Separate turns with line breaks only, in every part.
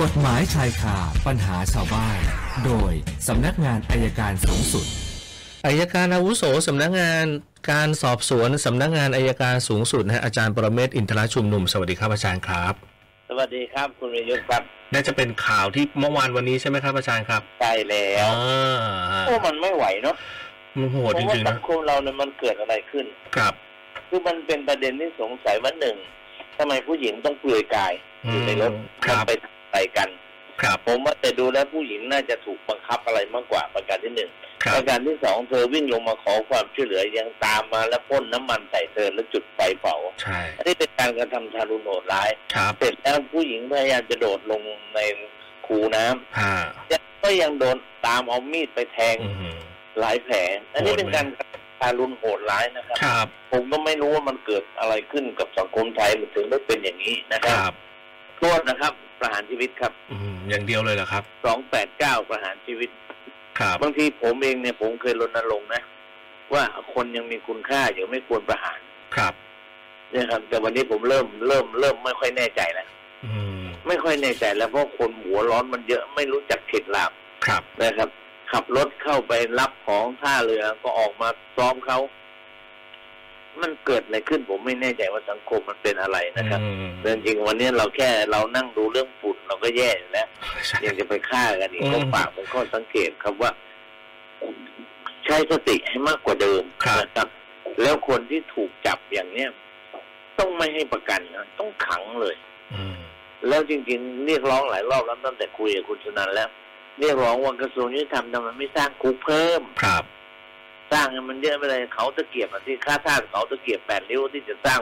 กฎหมายชายคาปัญหาชาวบ้าน โดยสำนักงานอายการสูงสุด
อายการอาวุโสสำนักงานการสอบสวนสำนักงานอายการสูงสุดนะฮะอาจารย์ประเมศวร์อินทรชุมนุมสวัสดีครับอาจารย์ครับ
สวัสดีครับคุณวิยุทธครับ
น่าจะเป็นข่าวที่เมื่อวานวันนี้ใช่ไหมครับอาจารย์ครับ
ใช่แล้ว
อ่า
โอ้มันไม่ไหวเนาะ
มันโหด
เพ
จ
ราะว่า
ริงๆ
สั
นะ
งคมเราเนี่ยมันเกิดอะไรขึ้น
ครับ
คือมันเป็นประเด็นที่สงสัยว่าหนึ่งทำไมผู้หญิงต้องเปลือยกายอ
อื
ยู่
ม
ในรถ
ครับ
มันไปทำอะไรกัน
ครับ
ผมว่าแต่ดูแล้วผู้หญิงน่าจะถูกบังคับอะไรมากกว่าประการที่หนึ่ง
ครั
ป
บ
ระการที่สองเธอวิ่งลงมาขอความช่วยเหลือยังตามมาแล้วพ่นน้ำมันใส่เธอแล้วจุดไฟเผา
ใช่
อันนี้เป็นการกระทำทารุณโหดร้าย
ครับ
เสร็จแล้วผู้หญิงพยายามจะโดดลงในคูน้ำ
ฮะ
ก็ยังโดนตามเอามีดไปแทง
อืม
หลายแผล อันนี้
โหดไหม
เป็นการการรุนโหดร้ายนะครับ
ครับ
ผมก็ไม่รู้ว่ามันเกิดอะไรขึ้นกับสังคมไทยมันถึงได้เป็นอย่างนี้นะค
ครับ รับ
โทษนะครับ ประหารชีวิตครับ
อืมอย่างเดียวเลยเหรอครับ
สองแปดเก้าประหารชีวิต
ครับ
บางทีผมเองเนี่ยผมเคยรณรงค์นะ ว่าคนยังมีคุณค่าอยู่ไม่ควรประหาร
ครับ
นะครับ แต่วันนี้ผมเริ่มเริ่มเริ่มไม่ค่อยแน่ใจแล้ว
อืม
ไม่ค่อยแน่ใจแล้วเพราะคนหัวร้อนมันเยอะไม่รู้จักเข็ดหลาบ
ครับ
นะครับ ขับรถเข้าไปรับของท่าเรือก็ออกมาซ้อมเขา มันเกิดอะไรขึ้นผมไม่แน่ใจว่าสังคมมันเป็นอะไรนะครับ
อืม
แต่จริงๆวันนี้เราแค่เรานั่งดูเรื่องฝุ่นเราก็แย่อยู่แล้ว
ใช่
ยังจะไปฆ่ากันอีก
อืม
ก็ฝากเป็นข้อสังเกตครับว่า ใช้สติให้มากกว่าเดิมนะครับ แล้วคนที่ถูกจับอย่างเนี้ยต้องไม่ให้ประกันนะต้องขังเลย
อืม
แล้วจริงๆ เรียกร้องหลายรอบแล้วตั้งแต่คุยกับคุณชนันท์แล้ว เรียกร้องว่ากระทรวงยุติธรรมทำไมไม่สร้างคุกเพิ่ม
ครับ
สร้างให้มันเยอะไปเลยเขาตะเกียบอะที่ค่าท่าสเขาตะเกียบแปดริ้วที่จะสร้าง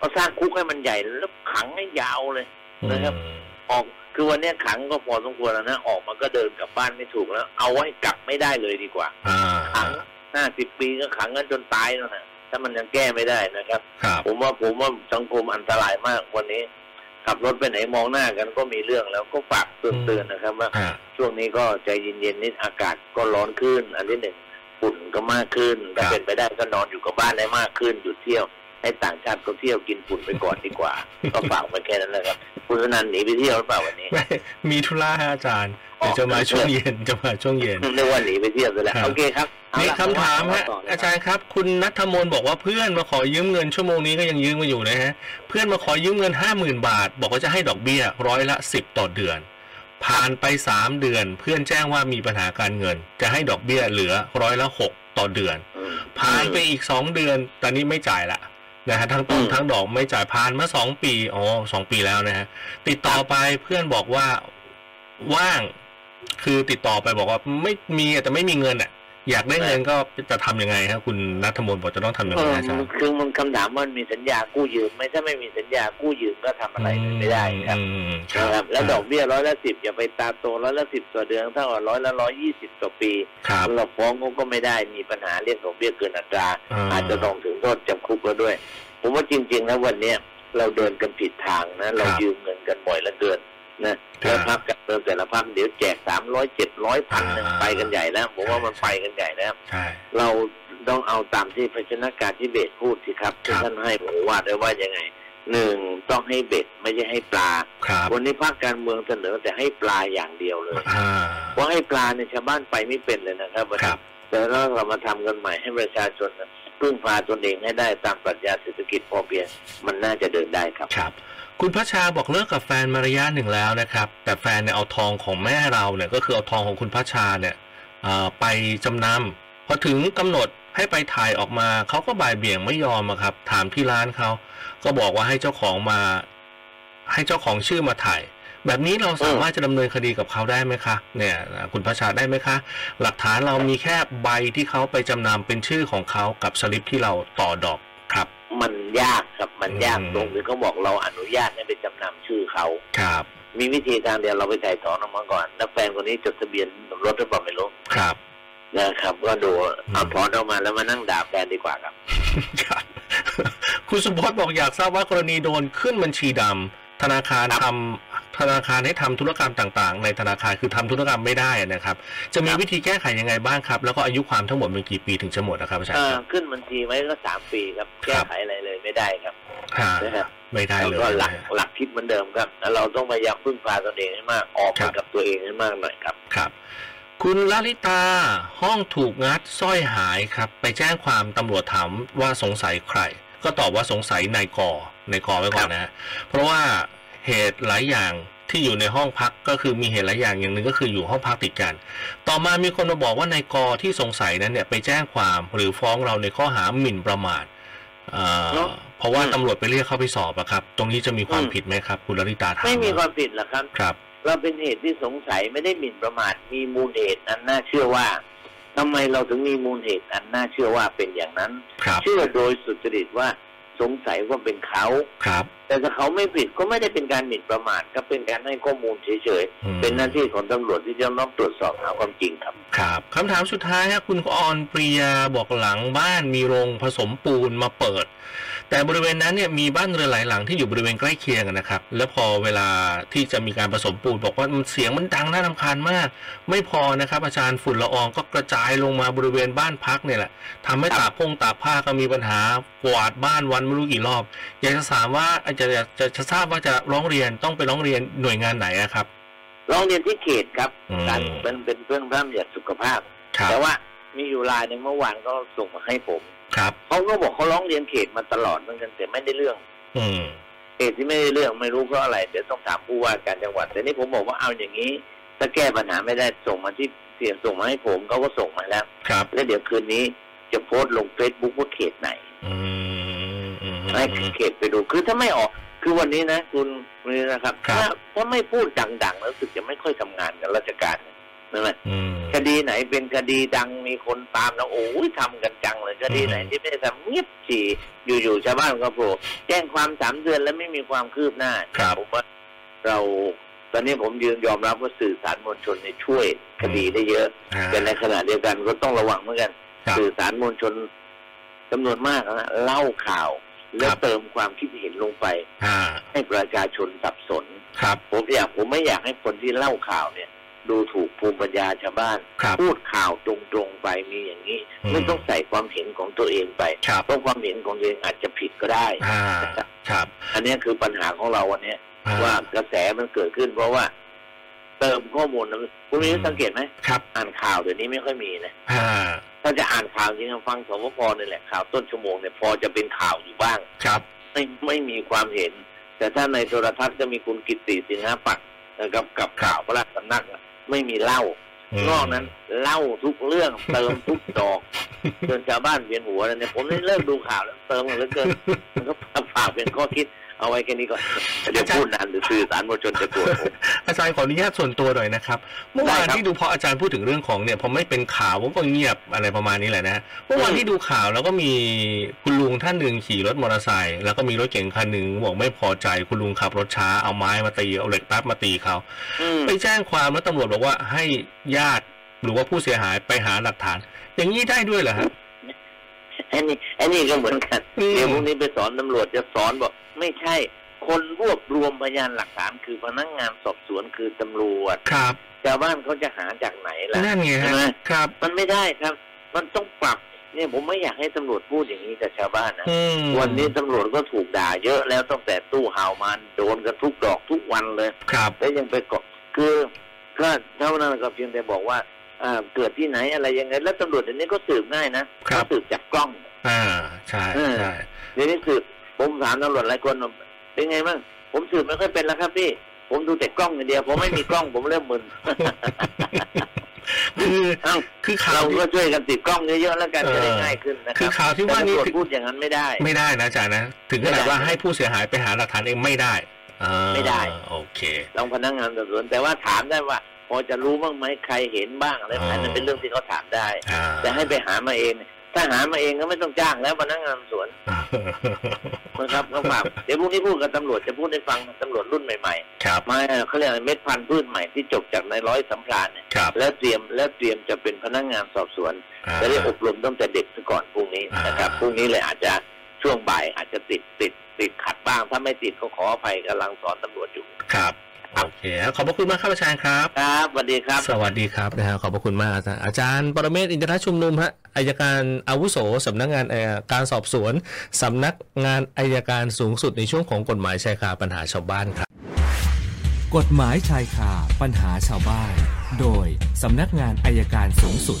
ก็สร้างคุกให้มันใหญ่แล้วขังให้ยาวเลย นะครับ
อืม
ออกคือวันเนี้ยขังก็พอสมควรแล้วนะออกมาก็เดินกลับบ้านไม่ถูกแล้ว เอาไว้กลับไม่ได้เลยดีกว่า
อ่า
ขังห้าสิบปีก็ขังกันจนตายแล้วนะถ้ามันยังแก้ไม่ได้นะครับ
ครับ
ผมว่าผมว่าสังคมอันตรายมากวันนี้ ขับรถไปไหนมองหน้ากันก็มีเรื่องแล้วก็ฝากเตือน
อืม
เตือนนะครับว่า
ฮะ
ช่วงนี้ก็ใจเย็นๆนิดอากาศก็ร้อนขึ้น อันที่หนึ่งฝุ่นก็มากขึ้นถ้า
ครับ
เป็นไปได้ก็นอนอยู่กับบ้านได้มากขึ้นหยุดเที่ยว ให้ต่างชาติเขาเที่ยวกินฝุ่นไปก่อนดีกว่า ก็ฝากไว้แค่นั้นแหละครับคุณสนันท์หนีไปเที่ยวหรือเปล่าวันนี้
ไม่มีธุระฮะอาจารย์เดี๋ยวจะมาช่วงเย็นจะมาช่วงเย็น
เรียกว่าหนีไปเที่ยวไปแล้ว
ครับ
โอเคครับเอ
มี
ละ
คำถามฮะ
ต่เลยคบ
อาจารย์ครับ คุณนัทมนต์บอกว่าเพื่อนมาขอยืมเงินชั่วโมงนี้ก็ยังยืมมาอยู่นะฮะเพื่อนมาขอยืมเงินห้าหมื่นบาท บอกว่าจะให้ดอกเบี้ยร้อยละสิบต่อเดือน ผ่านไปสามเดือน เพื่อนแจ้งว่ามีปัญหาการเงิน จะให้ดอกเบี้ยเหลือร้อยละหกต่อเดือน
อืม
ผ่านไปอีกสองเดือน ตอนนี้ไม่จ่ายละนะฮะทั้งต้น
อืม
ทั้งดอกไม่จ่ายผ่านมาสองปีอ๋อสองปีแล้วนะฮะติดต่อไปเพื่อนบอกว่าว่าง คือติดต่อไปบอกว่าไม่มีแต่ไม่มีเงินอ่ะ อยากได้เงินก็จะทำยังไงฮะคุณนัทมนต์บอกจะต้องทำยัง
เอ
ไง
อ
อาจารย์
คือมันคำถามมันมีสัญญากู้ยืมไหมถ้าไม่มีสัญญากู้ยืมก็ทำอะไรเลยไม่ได้ครับ
อืม
นะค
ครั
รั
บบ
แล้วดอกเบี้ยร้อยละสิบอย่าไปตามโตร้อยละสิบต่อเดือนเท่ากับร้อยละร้อยยี่สิบต่อปี
ครับ
เราฟ้องเขาก็ไม่ได้มีปัญหาเรื่องดอกเบี้ยเกินอัตรา อาจจะต้องถึงโทษจำคุกแล้วด้วย ผมว่าจริงๆนะวันเนี้ยเราเดินกันผิดทางนะเรายืมเงินกันบ่อยเหลือเกินนะแล้วพักกันเติมแต่ละพักเดี๋ยวแจกสามร้อยเจ็ดร้อยพันหนึ่งไปกันใหญ่แล้วผมว่ามันไปกันใหญ่แล้ว
ใช่
เราต้องเอาตามที่พชนการที่เบสพูดสิครับที่
ครับ
ท่านให้ผมว่าได้ว่ายังไงหนึ่งต้องให้เบ็ดไม่ใช่ให้ปลา
ครับ
วันนี้ภาคการเมืองเสนอแต่ให้ปลาอย่างเดียวเลย
อ่า
ว่าให้ปลาเนี่ยชาวบ้านไปไม่เป็นเลยนะครับวัน
ครั
นี้
บ
แต่เราเรามาทำกันใหม่ให้ประชาชนนะพึ่งพาตนเองให้ได้ตามปรัชญาเศรษฐกิจพอเพียงมันน่าจะเดินได้ครับ
ครับ คุณพระชาบอกเลิกกับแฟนมาระยะหนึ่งแล้วนะครับ แต่แฟนเนี่ยเอาทองของแม่เราเนี่ยก็คือเอาทองของคุณพระชาเนี่ยเอ่อไปจำนำพอถึงกำหนดให้ไปถ่ายออกมาเขาก็บ่ายเบี่ยงไม่ยอมอะครับ ถามที่ร้านเขาก็บอกว่าให้เจ้าของมา ให้เจ้าของชื่อมาถ่าย แบบนี้เราสามารถจะดำเนินคดีกับเขาได้ไหมคะ เนี่ยคุณพระชาได้ไหมคะ หลักฐานเรามีแค่ใบที่เขาไปจำนำเป็นชื่อของเขากับสลิปที่เราต่อดอกครับ
มันยากครับมันยาก
อืม
ตรงที่เขาบอกเราอนุญาตให้ไปจำนำชื่อเขา
ครับ
มีวิธีทางเดียวเราไปถ่ายถอนออกมาก่อนแล้วแฟนคนนี้จดทะเบียนสมรถหรือเปล่าไม่รู้
ครับ
นะครับ ก็ดู
ม
เอาถอนออกมาแล้วมานั่งด่าแฟนดีกว่าครับ
ครับ คุณสุพจน์บอกอยากทราบว่ากรณีโดนขึ้นบัญชีดำธนาคาร
ครับ
ทำ ธนาคารให้ทำธุรกรรมต่างๆ ในธนาคารคือทำธุรกรรมไม่ได้นะครับ จะมีวิธีแก้ไขยังไงบ้างครับ แล้วก็อายุความทั้งหมดเป็นกี่ปีถึงจะหมดนะครับอาจารย์
อ่า
ครับ
ขึ้นบัญชีไว้ก็สามปีครับ
ครับ
แก้ไขอะไรเลยไม่ได้ครับ
อ่า
นะฮะ
ไม่ได้
แล้ว
เลย
ก็หลักหลักคิดเหมือนเดิมครับแล้วเราต้องพยายามพึ่งพาตนเองให้มากออกไปกับตัวเองให้มากหน่อยครับ
ครับ คุณลลิตาห้องถูกงัดสร้อยหายครับ ไปแจ้งความตำรวจถามว่าสงสัยใคร ก็ตอบว่าสงสัยนายกอนายกอไว้ก่อนนะฮะเพราะว่าเหตุหลายอย่างที่อยู่ในห้องพักก็คือมีเหตุหลายอย่างอย่างหนึ่งก็คืออยู่ห้องพักติดกัน ต่อมามีคนมาบอกว่านายกอที่สงสัยนั้นเนี่ยไปแจ้งความหรือฟ้องเราในข้อหาหมิ่นประมาทเอ่อ
เนอะ
เพราะว่า
อืม
ตำรวจไปเรียกเขาไปสอบอะครับ ตรงนี้จะมีความ
อืม
ผิดไหมครับ คุณลลิตาถาม
ไม่มีความผิดหรอกครับ
ครับ
เราเป็นเหตุที่สงสัยไม่ได้หมิ่นประมาทมีมูลเหตุอันน่าเชื่อว่าทำไมเราถึงมีมูลเหตุอันน่าเชื่อว่าเป็นอย่างนั้น
ครับ
เชื่อโดยสุจริตว่าสงสัยว่าเป็นเขา
ครับ
แต่ถ้าเขาไม่ผิดก็ไม่ได้เป็นการหมิ่นประมาทก็เป็นการให้ข้อมูลเฉย
อืม
ๆเป็นหน้าที่ของตำรวจที่จะต้องตรวจสอบหาความจริงครับ
ครับคำถามสุดท้ายฮะคุณออนปรียาบอกหลังบ้านมีโรงผสมปูนมาเปิด แต่บริเวณนั้นเนี่ยมีบ้านเรือนหลายหลังที่อยู่บริเวณใกล้เคียงกันนะครับ แล้วพอเวลาที่จะมีการผสมปูนบอกว่ามันเสียงมันดังน่ารำคาญมาก ไม่พอนะครับ อาจารย์ฝุ่นละอองก็กระจายลงมาบริเวณบ้านพักเนี่ยแหละทำให้ตากพงตากผ้าก็มีปัญหากวาดบ้านวันไม่รู้กี่รอบ อยากจะถามว่าจะจะจะจะทราบว่าจะร้องเรียนต้องไปร้องเรียนหน่วยงานไหนอะครับ
ร้องเรียนที่เขตครับ
อืม
การเป็นเป็นเรื่องพร่ำหยัดสุขภาพ
ครับ
แต่ว่ามีอยู่รายหนึ่งเมื่อวานก็ส่งมาให้ผม
ครับ
เขาก็บอกเขาร้องเรียนเขตมาตลอดเหมือนกันแต่ไม่ได้เรื่อง
อืม
เหตุที่ไม่ได้เรื่องไม่รู้เพราะอะไรเดี๋ยวต้องถามผู้ว่าการจังหวัด แต่นี่ผมบอกว่าเอาอย่างนี้ ถ้าแก้ปัญหาไม่ได้ส่งมาที่เสียงส่งมาให้ผมเขาก็ส่งมาแล้ว
ครับ
แล้วเดี๋ยวคืนนี้จะโพสต์ลงเฟซบุ๊กว่าเขตไหน
อืมอืมอืม
ให้
อืม
เขตไปดูคือถ้าไม่ออก คือวันนี้นะคุณนี่นะครับ
ครับ
ถ้าถ้าไม่พูดดังๆแล้วรู้สึกจะไม่ค่อยทำงานกับราชการนั่นแหละ
อืม
คดีไหนเป็นคดีดังมีคนตามนะโอ้ยทำกันจังเลยคดีไหน
อืม
ที่ไม่ได้ทำเงียบจีอยู่ๆชาวบ้านก็โผล่แจ้งความสามเดือนแล้วไม่มีความคืบหน้า
ครับ
ผมว่าเราตอนนี้ผมยืนยอมรับว่าสื่อสารมวลชนเนี่ยช่วยคดีได้เยอะ
อ่า
แต่ในขณะเดียวกันก็ต้องระวังเหมือนกัน
ครับ
สื่อสารมวลชนจำนวนมากนะเล่าข่าว แล้วเติมความคิดเห็นลงไป
อ่า
ให้ประชาชนสับสน
ครับ
ผมอยากผมไม่อยากให้คนที่เล่าข่าวเนี่ย ดูถูกภูมิปัญญาชาวบ้าน
ครับ
พูดข่าวตรงๆไปมีอย่างนี้
อืม
ไม่ต้องใส่ความเห็นของตัวเองไป
ครับ
เพราะความเห็นของตัวเองอาจจะผิดก็ได้
อ่า ครับ
อันเนี้ยคือปัญหาของเราวันเนี้ย
อ่
ว่ากระแสมันเกิดขึ้น เพราะว่า เติมข้อมูลนะคุณมีสังเกตไหม
ครับ
อ่านข่าวเดี๋ยวนี้ไม่ค่อยมีนะ
อ่า
ถ้าจะอ่านข่าวจริงๆฟังสวพนี่แหละข่าวต้นชั่วโมงเนี่ยพอจะเป็นข่าวอยู่บ้าง
ครับ
ไม่ไม่มีความเห็น แต่ถ้าในโทรทัศน์จะมีคุณกิตติสิงหปักษ์นะครับกับข่าวพระราชสำนักน่ะไม่มีเล่า นอกนั้นเล่าทุกเรื่อง เติมทุกดอกจนชาวบ้านเวียนหัวเลยเนี่ยผมได้เลิกดูข่าวแล้วเติมกันเหลือเกินมันก็ฝากเป็นข้อคิดเอาไว้แค่นี้ก่อนเดี๋ยวพูดนานเดี๋ยวสื่อสารมวลชนจะโกรธผม
อาจารย์ขออนุญาตส่วนตัวหน่อยนะครับ เมื่อวาน
ได้ครับ
ที่ดูพออาจารย์พูดถึงเรื่องของเนี่ยพอไม่เป็นข่าวก็เงียบอะไรประมาณนี้แหละนะฮะเมื่อวาน
อืม
ที่ดูข่าวแล้วก็มีคุณลุงท่านหนึ่งขี่รถมอเตอร์ไซค์แล้วก็มีรถเก๋งคันหนึ่งบอกไม่พอใจคุณลุงขับรถช้าเอาไม้มาตีเอาเหล็กแป๊บมาตีเขา
อืม
ไปแจ้งความแล้วตำรวจบอกว่าให้ญาติหรือว่าผู้เสียหายไปหาหลักฐาน อย่างนี้ได้ด้วยเหรอฮะ
ไอันนี้ไอันนี้ก็เหมือนกัน
อืม
เดี๋ยวพรุ่งนี้ไปสอนตำรวจจะสอนบอก ไม่ใช่ คนรวบรวมพยานหลักฐานคือพนักงานสอบสวนคือตำรวจ
ครับ
ชาวบ้านเขาจะหาจากไหนล่ะ
นั่นไง
ใช่
ฮะ
ไหม
ครับ
มันไม่ได้ครับ มันต้องปรับ เนี่ยผมไม่อยากให้ตำรวจพูดอย่างนี้กับชาวบ้านนะ
อืม
วันนี้ตำรวจก็ถูกด่าเยอะแล้วตั้งแต่ตู้ห่าวมันโดนกันทุกดอกทุกวันเลย
ครับ
แล้วยังไปเกาะคือก็เท่านั้นก็เพียงแต่บอกว่าอ่าเกิดที่ไหนอะไรยังไง แล้วตำรวจเดี๋ยวนี้ก็สืบง่ายนะเขาสืบจากกล้อง
อ่าใช่
เออ
ใช่
เดี๋ยวนี้สืบผมถามตำรวจหลายคนว่าเป็นไงบ้างผมสืบไม่ค่อยเป็นแล้วครับพี่ ผมดูแต่กล้องอย่างเดียวผมไม่มีกล้อง ผมเริ่มมึน
คือ
เอ้า
คือข่า
เรา
วที่
ก็ช่วยกันติดกล้องเยอะๆแล้วกัน
เออ
จะได้ง่ายขึ้นนะค
คื
รั
อบ ข่าวที่
แต่
ว่านี่
ตำรวจ
คือ
พูดอย่างนั้นไม่ได้
ไม่ได้นะอาจารย์นะ ถึงขนาดว่าให้ผู้เสียหายไปหาหลักฐานเองไม่ได้อ่า
ไม่ได้
โอเค
ต้องพนักงานสอบสวนแต่ว่าถามได้ว่า พอจะรู้บ้างไหมใครเห็นบ้างอะไร
เออ
อันนั้นเป็นเรื่องที่เขาถามได้
อ่า
แต่ให้ไปหามาเองเนี่ยถ้าหามาเองก็ไม่ต้องจ้างแล้วพนักงานสอบสวนนะครับก็ฝากเดี๋ยวพรุ่งนี้พูดกับตำรวจจะพูดให้ฟังตำรวจรุ่นใหม่
ครับ
ๆมาเขาเรียกอะไรเม็ดพันธุ์พืชใหม่ที่จบจากนายร้อยสำราญเนี่ย
ครับ
และเตรียมและเตรียมจะเป็นพนักงานสอบสวน
อ่า
จะได้อบรมตั้งแต่เด็กซะก่อนพรุ่งนี้นะครับ
อ่า
พรุ่งนี้เลยอาจจะช่วงบ่ายอาจจะติดติดติดขัดบ้าง ถ้าไม่ติดก็ขออภัยกำลังสอนตำรวจอยู่
ครับ
ครับ
โอเคครับขอบพระคุณมากครับอาจารย์ครับ
ครับสวัสดีครับ
สวัสดีครับนะฮะขอบพระคุณมากอาจารย์อาจารย์ปรเมศวร์อินทรชุมนุมฮะอายการอาวุโสสำนักงานอายการสอบสวนสำนักงานอายการสูงสุดในช่วงของกฎหมายชายคาปัญหาชาวบ้านครับ
กฎหมายชายคาปัญหาชาวบ้าน โดยสำนักงานอายการสูงสุด